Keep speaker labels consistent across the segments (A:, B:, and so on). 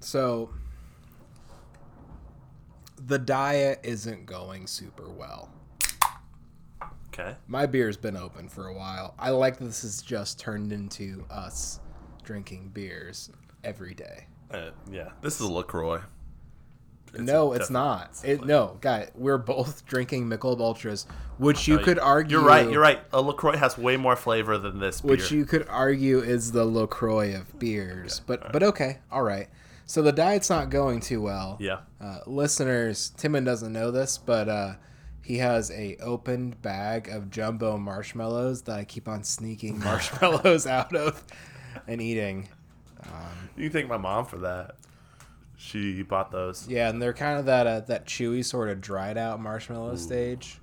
A: So the diet isn't going super well.
B: Okay.
A: My beer's been open for a while. I like that this has just turned into us drinking beers every day.
B: Uh, yeah.
C: This is LaCroix.
B: Oh,
A: no, it's
B: definitely-
A: not. It, no, guy, we're both drinking Michelob Ultras, which you could argue.
B: You're right. You're right. A LaCroix has way more flavor than this beer.
A: Which you could argue is the Lacroix of beers, but but okay, all right. So the diet's not going too well.
B: yeah.
A: Uh, listeners, Timon doesn't know this, but uh, he has a opened bag of jumbo marshmallows that I keep on sneaking marshmallows out of and eating.
B: You can thank my mom for that. She bought those.
A: Yeah, and they're kind of that uh, that chewy sort of dried out marshmallow stage,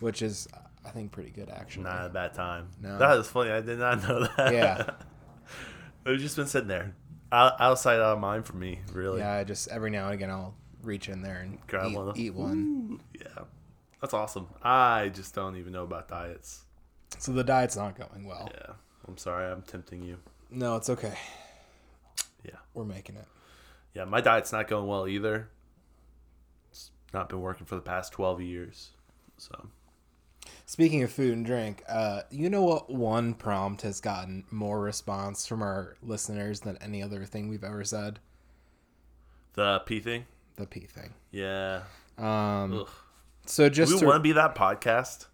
A: which is I think pretty good actually.
B: Not a bad time.
A: No.
B: That is funny. I did not know that.
A: Yeah.
B: They've just been sitting there, out, outside out of mind for me. Really.
A: Yeah, I just every now and again I'll reach in there and
B: Grab
A: eat
B: one of-
A: eat one.
B: Yeah. That's awesome. I just don't even know about diets.
A: So the diet's not going well.
B: Yeah. I'm sorry. I'm tempting you.
A: No, it's okay.
B: Yeah.
A: We're making it.
B: Yeah. My diet's not going well either. It's not been working for the past 12 years. So.
A: Speaking of food and drink, uh, you know what one prompt has gotten more response from our listeners than any other thing we've ever said?
B: The pee thing.
A: The pee thing.
B: Yeah.
A: Um,
B: Ugh.
A: so
B: Do
A: just
B: we
A: to,
B: want to be that podcast?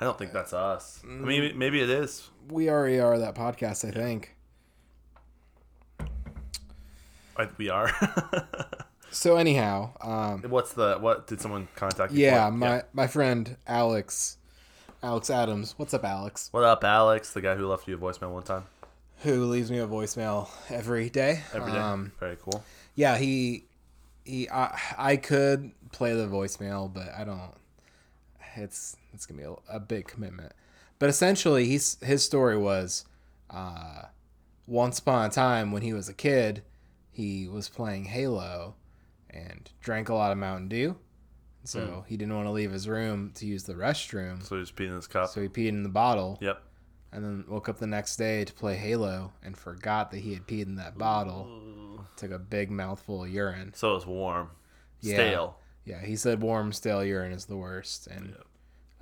B: I don't think that's us. I
A: Mm.
B: mean, maybe it is.
A: we already are that podcast, I think.
B: I- We are.
A: So anyhow, um,
B: What's the what? Did someone contact you?
A: yeah,
B: for?
A: my my friend Alex, Alex Adams. What's up, Alex?
B: What up, Alex? The guy who left you a voicemail one time.
A: Who leaves me a voicemail every day?
B: Every day.
A: Um,
B: Very cool.
A: yeah he he i i could play the voicemail but i don't it's it's gonna be a, a big commitment but essentially he's his story was uh once upon a time when he was a kid he was playing halo and drank a lot of mountain dew so he didn't want to leave his room to use the restroom
B: So he's peeing in his cup.
A: so he peed in the bottle
B: yep.
A: and then woke up the next day to play halo and forgot that he had peed in that bottle took a big mouthful of urine
B: So it's warm.
A: Yeah.
B: Stale.
A: Yeah, he said warm stale urine is the worst, and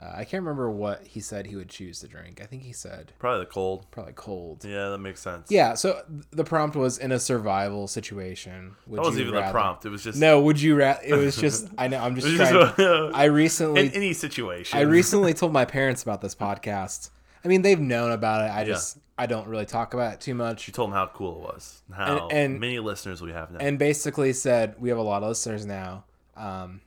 A: uh, I can't remember what he said he would choose to drink. I think he said
B: Probably the cold.
A: probably cold. Yeah.
B: Yeah, that makes sense.
A: so th- the prompt was in a survival situation. Would
B: That was
A: you
B: even the
A: rather-
B: prompt. It was just
A: No, would you rather? It was just I know I'm just
B: It was
A: trying.
B: just a-
A: I recently
B: in any situation.
A: I recently told my parents about this podcast. I mean, they've known about it. I just I don't really talk about it too much.
B: you told him how cool it was. and How
A: and-
B: many listeners we have now.
A: and basically said we have a lot of listeners now. Um,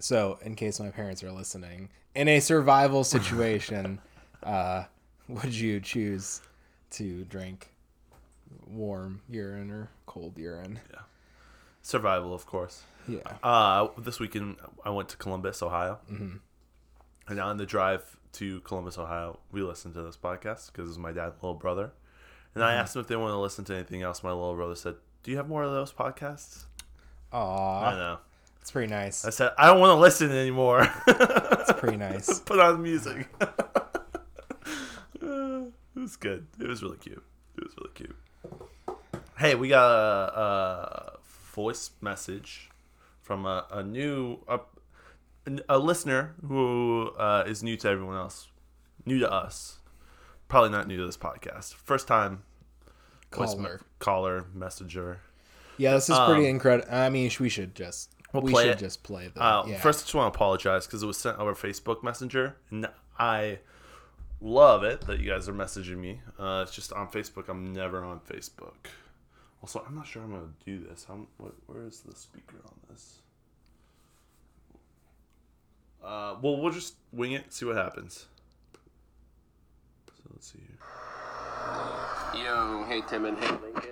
A: so in case my parents are listening, in a survival situation, uh, would you choose to drink warm urine or cold urine?
B: Survival, of course.
A: Yeah,
B: Uh, this weekend I went to Columbus, Ohio, and on the drive to Columbus, Ohio, we listened to this podcast because it's my dad's little brother, and I asked him if they wanted to listen to anything else. My little brother said, "Do you have more of those podcasts?" I
A: aw,
B: know.
A: it's pretty nice.
B: I said, "I don't want to listen anymore.
A: It's pretty nice.
B: Put on music." Uh, it was good. It was really cute. It was really cute. Hey, we got a, a voice message from a, a new a, a listener who uh, is new to everyone else, new to us, probably not new to this podcast. First time voice me-
A: Caller.
B: caller messenger.
A: Yeah, this is pretty incredible. I mean, sh- we should just
B: Um, We'll
A: we
B: play
A: should
B: it.
A: just play the
B: Uh,
A: yeah.
B: First, I just want to apologize because it was sent over Facebook Messenger, and I love it that you guys are messaging me. Uh, it's just on Facebook. I'm never on Facebook. Also, I'm not sure I'm gonna do this. I'm, what, where is the speaker on this? Uh, well, we'll just wing it. See what happens. So let's see here.
D: Yo, hey Tim and hey Lincoln.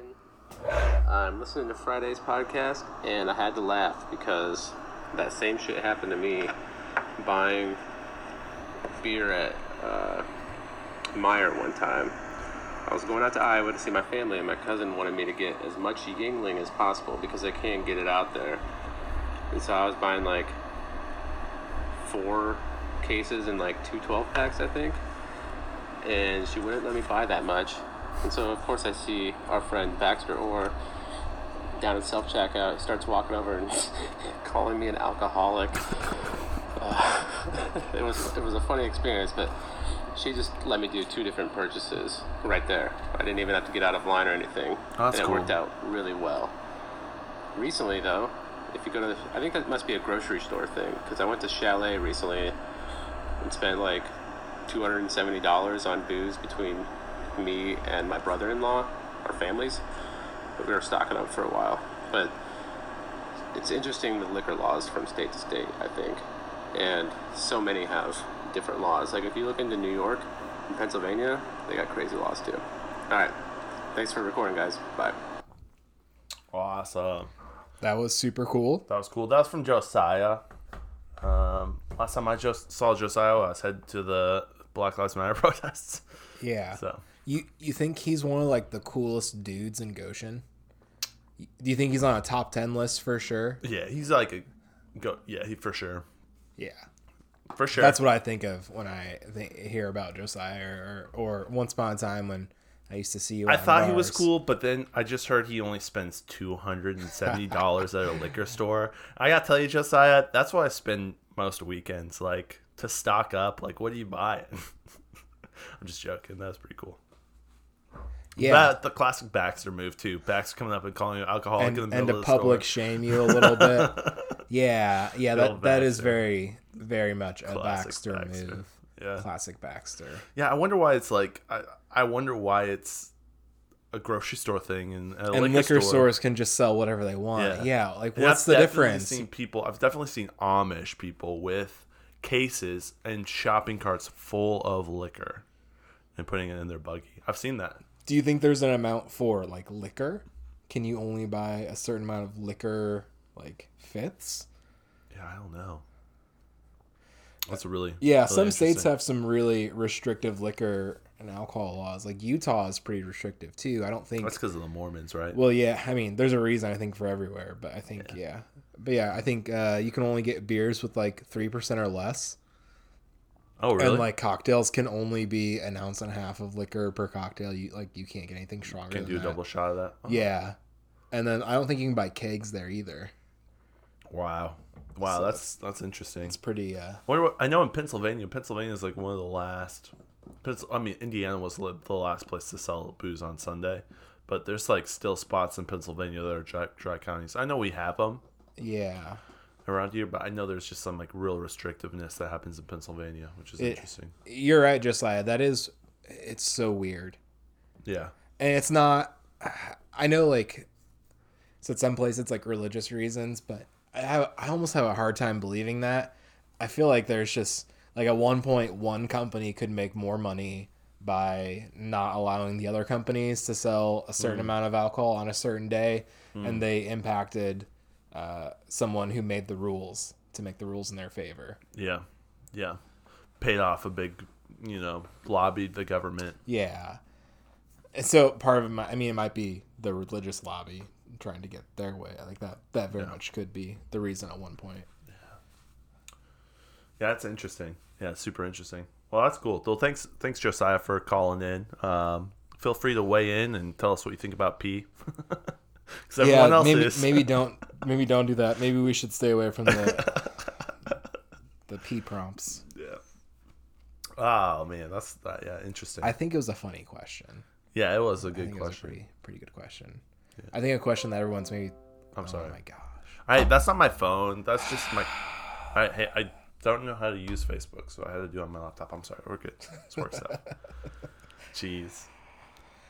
D: I'm listening to Friday's podcast and I had to laugh because that same shit happened to me buying beer at uh, Meyer one time. I was going out to Iowa to see my family and my cousin wanted me to get as much Yingling as possible because they can't get it out there. And so I was buying like four cases and like two 12 packs, I think and she wouldn't let me buy that much. And so, of course, I see our friend Baxter Orr down at self checkout. He starts walking over and calling me an alcoholic. Uh, it was it was a funny experience, but she just let me do two different purchases right there. I didn't even have to get out of line or anything,
B: Oh, that's
D: and it
B: cool.
D: worked out really well. Recently, though, if you go to, the, I think that must be a grocery store thing because I went to Chalet recently and spent like two hundred and seventy dollars on booze between me and my brother-in-law, our families. But we were stocking up for a while. But it's interesting the liquor laws from state to state. I think, and so many have different laws. Like if you look into New York and Pennsylvania, they got crazy laws too. All right, thanks for recording, guys. Bye.
B: Awesome.
A: That was super cool.
B: That was cool. That was from Josiah. Um, last time I just saw Josiah, I was headed to the Black Lives Matter protests.
A: Yeah.
B: So
A: You you think he's one of like the coolest dudes in Goshen? Do you think he's on a top ten list for sure?
B: yeah, he's like a go. Yeah, he for sure,
A: Yeah.
B: for sure.
A: That's what I think of when I th- hear about Josiah, or, or once upon a time when I used to see you.
B: I
A: at
B: thought he was
A: bars.
B: cool, but then I just heard he only spends two hundred and seventy dollars at a liquor store. I gotta tell you, Josiah, that's why I spend most weekends like to stock up. Like, what do you buy? I'm just joking. That was pretty cool.
A: Yeah,
B: That the classic Baxter move too. Baxter coming up and calling you alcoholic in the
A: and, and
B: middle of
A: to
B: the
A: public
B: store.
A: shame you a little bit. yeah, yeah. That
B: old
A: that is
B: Baxter.
A: very very much a
B: Classic
A: Baxter,
B: Baxter.
A: move.
B: Yeah.
A: Classic Baxter.
B: Yeah, I wonder why it's like I, I wonder why it's a grocery store thing and a
A: And
B: liquor,
A: liquor,
B: store.
A: stores can just sell whatever they want.
B: Yeah.
A: Yeah, like
B: And
A: what's
B: I've
A: the
B: definitely
A: difference?
B: Seen people, I've definitely seen Amish people with cases and shopping carts full of liquor and putting it in their buggy. I've seen that.
A: Do you think there's an amount for like liquor? Can you only buy a certain amount of liquor, like fifths?
B: Yeah, I don't know. That's really
A: Yeah,
B: really
A: some states
B: interesting.
A: have some really restrictive liquor and alcohol laws. Like Utah is pretty restrictive too. I don't think.
B: That's because of the Mormons, right?
A: well, yeah, I mean, there's a reason I think for everywhere, but I think yeah, but yeah, I think uh, you can only get beers with like three percent or less,
B: oh, really?
A: and like cocktails can only be an ounce and a half of liquor per cocktail. You like you can't get anything stronger.
B: Can
A: than
B: do a
A: that.
B: double shot of that. Oh,
A: Yeah, and then I don't think you can buy kegs there either.
B: Wow. Wow, that's that's interesting.
A: It's pretty. uh
B: Wonder what, I know in Pennsylvania, Pennsylvania is like one of the last. Pens- I mean, Indiana was li- the last place to sell booze on Sunday, but there's like still spots in Pennsylvania that are dry, dry counties. I know we have them
A: Yeah,
B: around here, but I know there's just some like real restrictiveness that happens in Pennsylvania, which is
A: It-
B: interesting.
A: you're right, Josiah. That is, it's so weird.
B: Yeah,
A: and it's not i know like so at some place it's like religious reasons but i have i almost have a hard time believing that i feel like there's just like at one point one company could make more money by not allowing the other companies to sell a certain amount of alcohol on a certain day and they impacted uh, someone who made the rules to make the rules in their favor
B: yeah, yeah. Paid off a big, you know, lobbied the government.
A: Yeah. And so part of my, I mean, it might be the religious lobby trying to get their way. I think that that very much could be the reason at one point.
B: Yeah, that's interesting. Yeah, super interesting. Well, that's cool. Well, thanks, thanks Josiah for calling in. Um, feel free to weigh in and tell us what you think about pee. 'Cause everyone
A: yeah,
B: else
A: maybe
B: is.
A: maybe don't maybe don't do that. Maybe we should stay away from the the p prompts.
B: Yeah. Oh man, that's that, yeah interesting.
A: I think it was a funny question.
B: yeah, it was a
A: I
B: good
A: think it was a
B: question.
A: pretty pretty good question. I think a question that everyone's maybe.
B: I'm
A: Oh
B: sorry.
A: my gosh.
B: All right, that's not my phone. That's just my. I hey, I don't know how to use Facebook, so I had to do it on my laptop. I'm sorry. We're good. This works out. Jeez.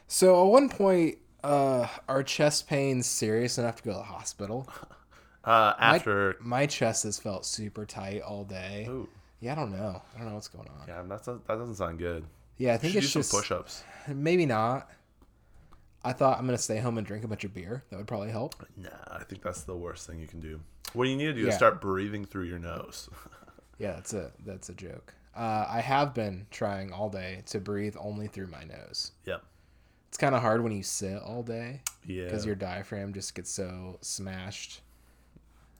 A: So at one point, uh, are chest pains serious enough to go to the hospital?
B: Uh,
A: My-
B: after.
A: my, chest has felt super tight all day.
B: Ooh,
A: Yeah, I don't know. I don't know what's going on. Yeah,
B: yeah, that's that doesn't sound good.
A: I think
B: Should do
A: it's
B: some
A: just
B: push-ups.
A: maybe not. I thought I'm gonna stay home and drink a bunch of beer. That would probably help.
B: Nah, I think that's the worst thing you can do. What you need to do is
A: Yeah.
B: start breathing through your nose.
A: Yeah, that's a that's a joke. Uh, I have been trying all day to breathe only through my nose.
B: yep.
A: It's kind of hard when you sit all day
B: Yeah.
A: because your diaphragm just gets so smashed.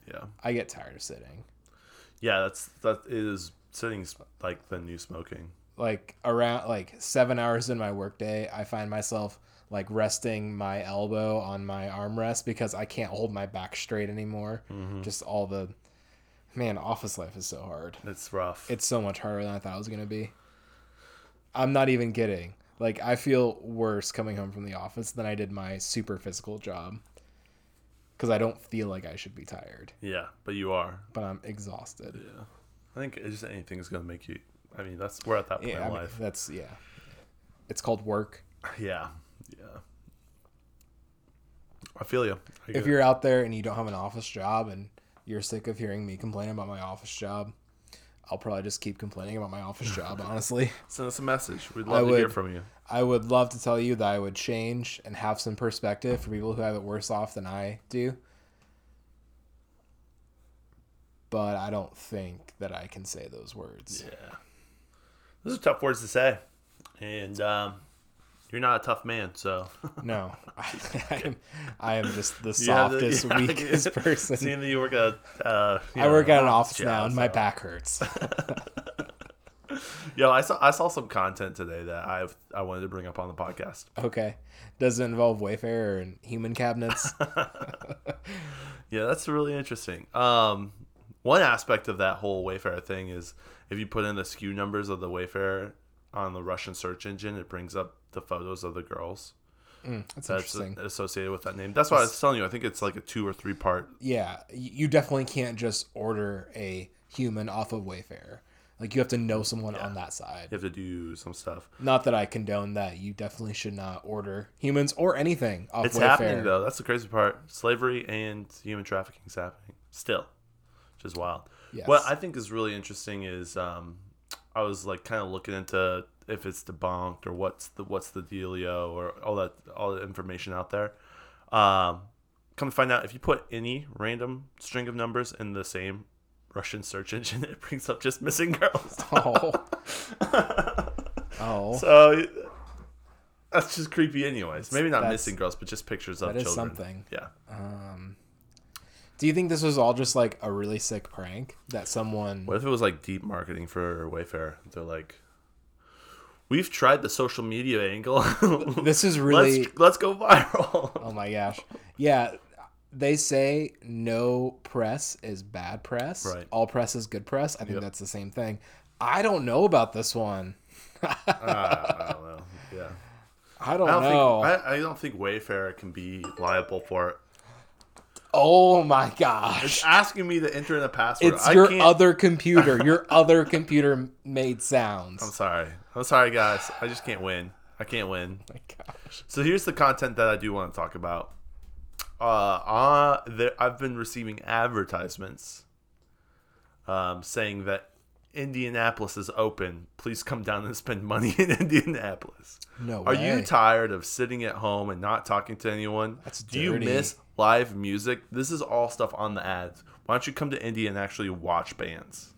B: yeah.
A: I get tired of sitting.
B: Yeah. That's that is sitting's like the new smoking.
A: Like around like seven hours in my workday, I find myself like resting my elbow on my armrest because I can't hold my back straight anymore. Just all the man, office life is so hard.
B: It's rough.
A: It's so much harder than I thought it was gonna be. I'm not even kidding. Like I feel worse coming home from the office than I did my super physical job because I don't feel like I should be tired,
B: yeah, but you are.
A: but I'm exhausted.
B: I think it's just anything's gonna make you. I mean, that's we're at that point
A: Yeah, I
B: in
A: mean,
B: life.
A: that's yeah. It's called work.
B: Yeah, yeah. I feel you. I
A: If
B: get
A: you're out there and you don't have an office job and you're sick of hearing me complain about my office job, I'll probably just keep complaining about my office job. Honestly,
B: it. send us a message. We'd love to hear
A: would.
B: from you.
A: I would love to tell you that I would change and have some perspective for people who have it worse off than I do. But I don't think that I can say those words.
B: Yeah, those are tough words to say, and um, you're not a tough man, so
A: No, I, am, I am just the
B: You have the-
A: softest,
B: yeah,
A: weakest person.
B: Seeing that you work at, uh, you
A: I work
B: know,
A: at an office
B: job,
A: now, and my
B: so-
A: back hurts.
B: Yo, I saw I saw some content today that I I wanted to bring up on the podcast.
A: Okay. Does it involve Wayfair and human cabinets?
B: Yeah, that's really interesting. Um, one aspect of that whole Wayfair thing is if you put in the SKU numbers of the Wayfair on the Russian search engine, it brings up the photos of the girls
A: That's
B: that's
A: interesting.
B: associated with that name. That's why I was telling you. I think it's like a two or three part.
A: yeah, y- you definitely can't just order a human off of Wayfair. Like you have to know someone on that side.
B: You have to do some stuff.
A: Not that I condone that. You definitely should not order humans or anything off
B: It's
A: Wayfair.
B: happening though. That's the crazy part. Slavery and human trafficking is happening still, which is wild.
A: Yes.
B: What I think is really interesting is um, I was like kind of looking into if it's debunked or what's the what's the dealio or all that all the information out there. Um, come to find out, if you put any random string of numbers in the same Russian search engine, it brings up just missing girls.
A: Oh. oh.
B: So that's just creepy, anyways. Maybe not
A: That's-
B: missing girls, but just pictures of
A: that is
B: children.
A: something.
B: Yeah.
A: Do you think this was all just like a really sick prank that someone
B: What if it was like deep marketing for Wayfair? They're like, we've tried the social media angle.
A: This is really
B: let's, let's go viral.
A: Oh my gosh. Yeah. They say no press is bad press.
B: Right.
A: All press is good press. I think that's the same thing. I don't know about this one.
B: Ah, I don't know. Yeah,
A: I don't,
B: I don't
A: know.
B: think I, I don't think Wayfair can be liable for it.
A: oh my gosh.
B: Asking me to enter in a password.
A: It's
B: I
A: your
B: can't,
A: other computer. Your other computer made sounds.
B: I'm sorry. I'm sorry, guys. I just can't win. I can't win.
A: my gosh.
B: So here's the content that I do want to talk about. Uh, uh there, I've been receiving advertisements um, saying that Indianapolis is open. Please come down and spend money in Indianapolis.
A: No
B: Are
A: way.
B: you tired of sitting at home and not talking to anyone?
A: That's
B: do you
A: dirty.
B: miss live music? This is all stuff on the ads. Why don't you come to Indy and actually watch bands?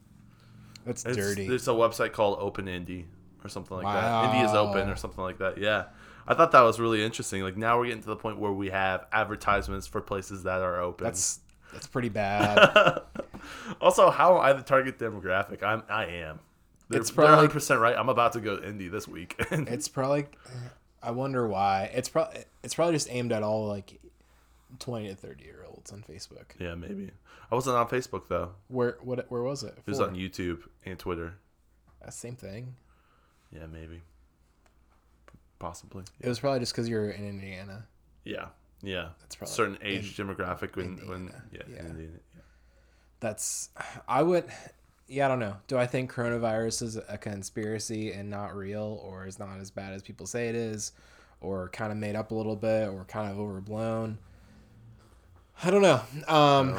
A: That's
B: It's-
A: dirty.
B: There's a website called Open Indie or something like that. Indie is open
A: Wow.
B: or something like that. Yeah. I thought that was really interesting. Like now we're getting to the point where we have advertisements for places that are open.
A: That's that's pretty bad.
B: also how am I the target demographic? I'm I am. They're,
A: It's
B: they're
A: probably-
B: 100% right. I'm about to go to Indy this week.
A: it's probably I wonder why. It's probably it's probably just aimed at all like 20 to 30 year olds on Facebook.
B: yeah, maybe. I wasn't on Facebook though.
A: Where what where was it?
B: It was
A: For?
B: on YouTube and Twitter.
A: Uh, Same thing.
B: Yeah, maybe. Possibly.
A: It was probably just because you're in Indiana.
B: Yeah. Yeah. That's
A: probably
B: certain age demographic when when
A: Indiana.
B: yeah,
A: Yeah.
B: Indiana. yeah.
A: That's, I would, yeah, I don't know. Do I think coronavirus is a conspiracy and not real, or is not as bad as people say it is, or kind of made up a little bit, or kind of overblown? I don't know. Um,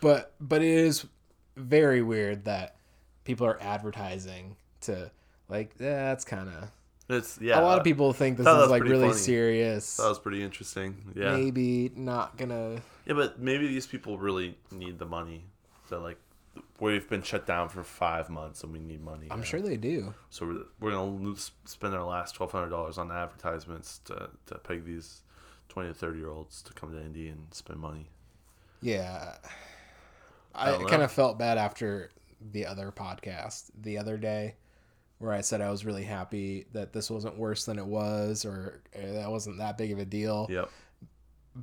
A: but but it is very weird that people are advertising to like eh, that's kind of
B: It's
A: a
B: yeah.
A: lot of people think this
B: thought that
A: is
B: was
A: like
B: pretty
A: really
B: funny.
A: serious.
B: That was pretty interesting. Yeah.
A: Maybe not gonna
B: Yeah, but maybe these people really need the money. So like, we've been shut down for five months and we need money.
A: I'm
B: now.
A: sure they do.
B: So we're, we're gonna lose, spend our last twelve hundred dollars on advertisements to to peg these twenty to thirty year olds to come to Indy and spend money.
A: Yeah. I
B: don't know.
A: kind of felt bad after the other podcast the other day where I said I was really happy that this wasn't worse than it was or uh, that wasn't that big of a deal.
B: Yep.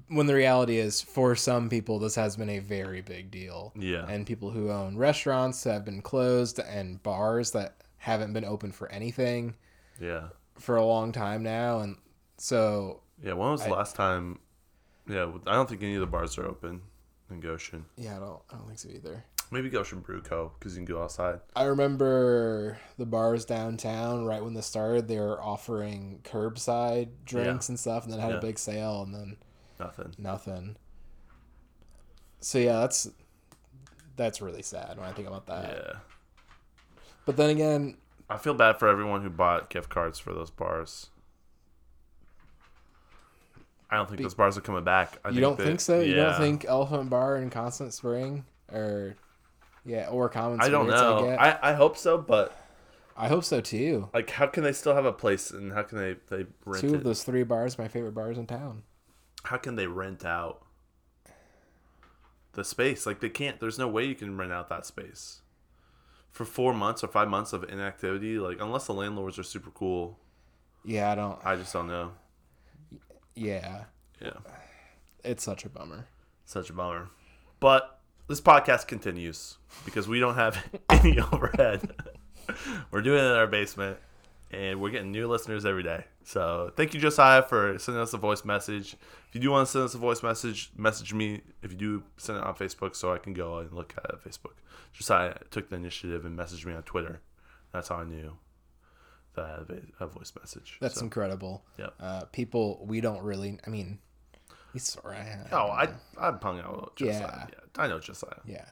A: When the reality is, for some people, this has been a very big deal.
B: Yeah.
A: And people who own restaurants that have been closed and bars that haven't been open for anything
B: Yeah.
A: for a long time now. And so,
B: Yeah. When was the last time? Yeah. I don't think any of the bars are open in Goshen.
A: yeah, I don't, I don't think so either.
B: Maybe Goshen Brew Co. because you can go outside.
A: I remember the bars downtown right when this started, they were offering curbside drinks and stuff, and then had
B: Yeah.
A: a big sale, and then
B: Nothing.
A: nothing. So yeah, that's that's really sad when I think about that.
B: Yeah.
A: But then again,
B: I feel bad for everyone who bought gift cards for those bars. I don't think those bars are coming back. I
A: you don't
B: that-
A: think so? You
B: yeah.
A: don't think Elephant Bar in Constant Spring or yeah, or Common
B: I don't
A: Spirits,
B: know.
A: get.
B: I, I hope so, but
A: I hope so too.
B: like, how can they still have a place and how can they they rent
A: Two
B: it?
A: of those three bars, my favorite bars in town.
B: How can they rent out the space? Like, they can't. There's no way you can rent out that space for four months or five months of inactivity. Like, unless the landlords are super cool,
A: Yeah, I don't.
B: I just don't know.
A: Yeah,
B: Yeah,
A: it's such a bummer.
B: such a bummer. But this podcast continues because we don't have any overhead. we're doing it in our basement, and we're getting new listeners every day. So thank you, Josiah, for sending us a voice message. If you do want to send us a voice message, message me. If you do, send it on Facebook so I can go and look at it on Facebook. Josiah took the initiative and messaged me on Twitter. That's how I knew that I had a- a voice message.
A: That's
B: So-
A: incredible.
B: Yep.
A: Uh, people we don't really. I mean, we sort of.
B: oh, I I hung out with Josiah.
A: Yeah.
B: yeah I know Josiah.
A: Yeah.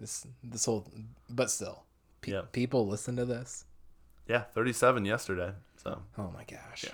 A: This this whole, but still, pe-
B: Yeah.
A: people listen to this.
B: Yeah, 37 yesterday. So
A: Oh my gosh.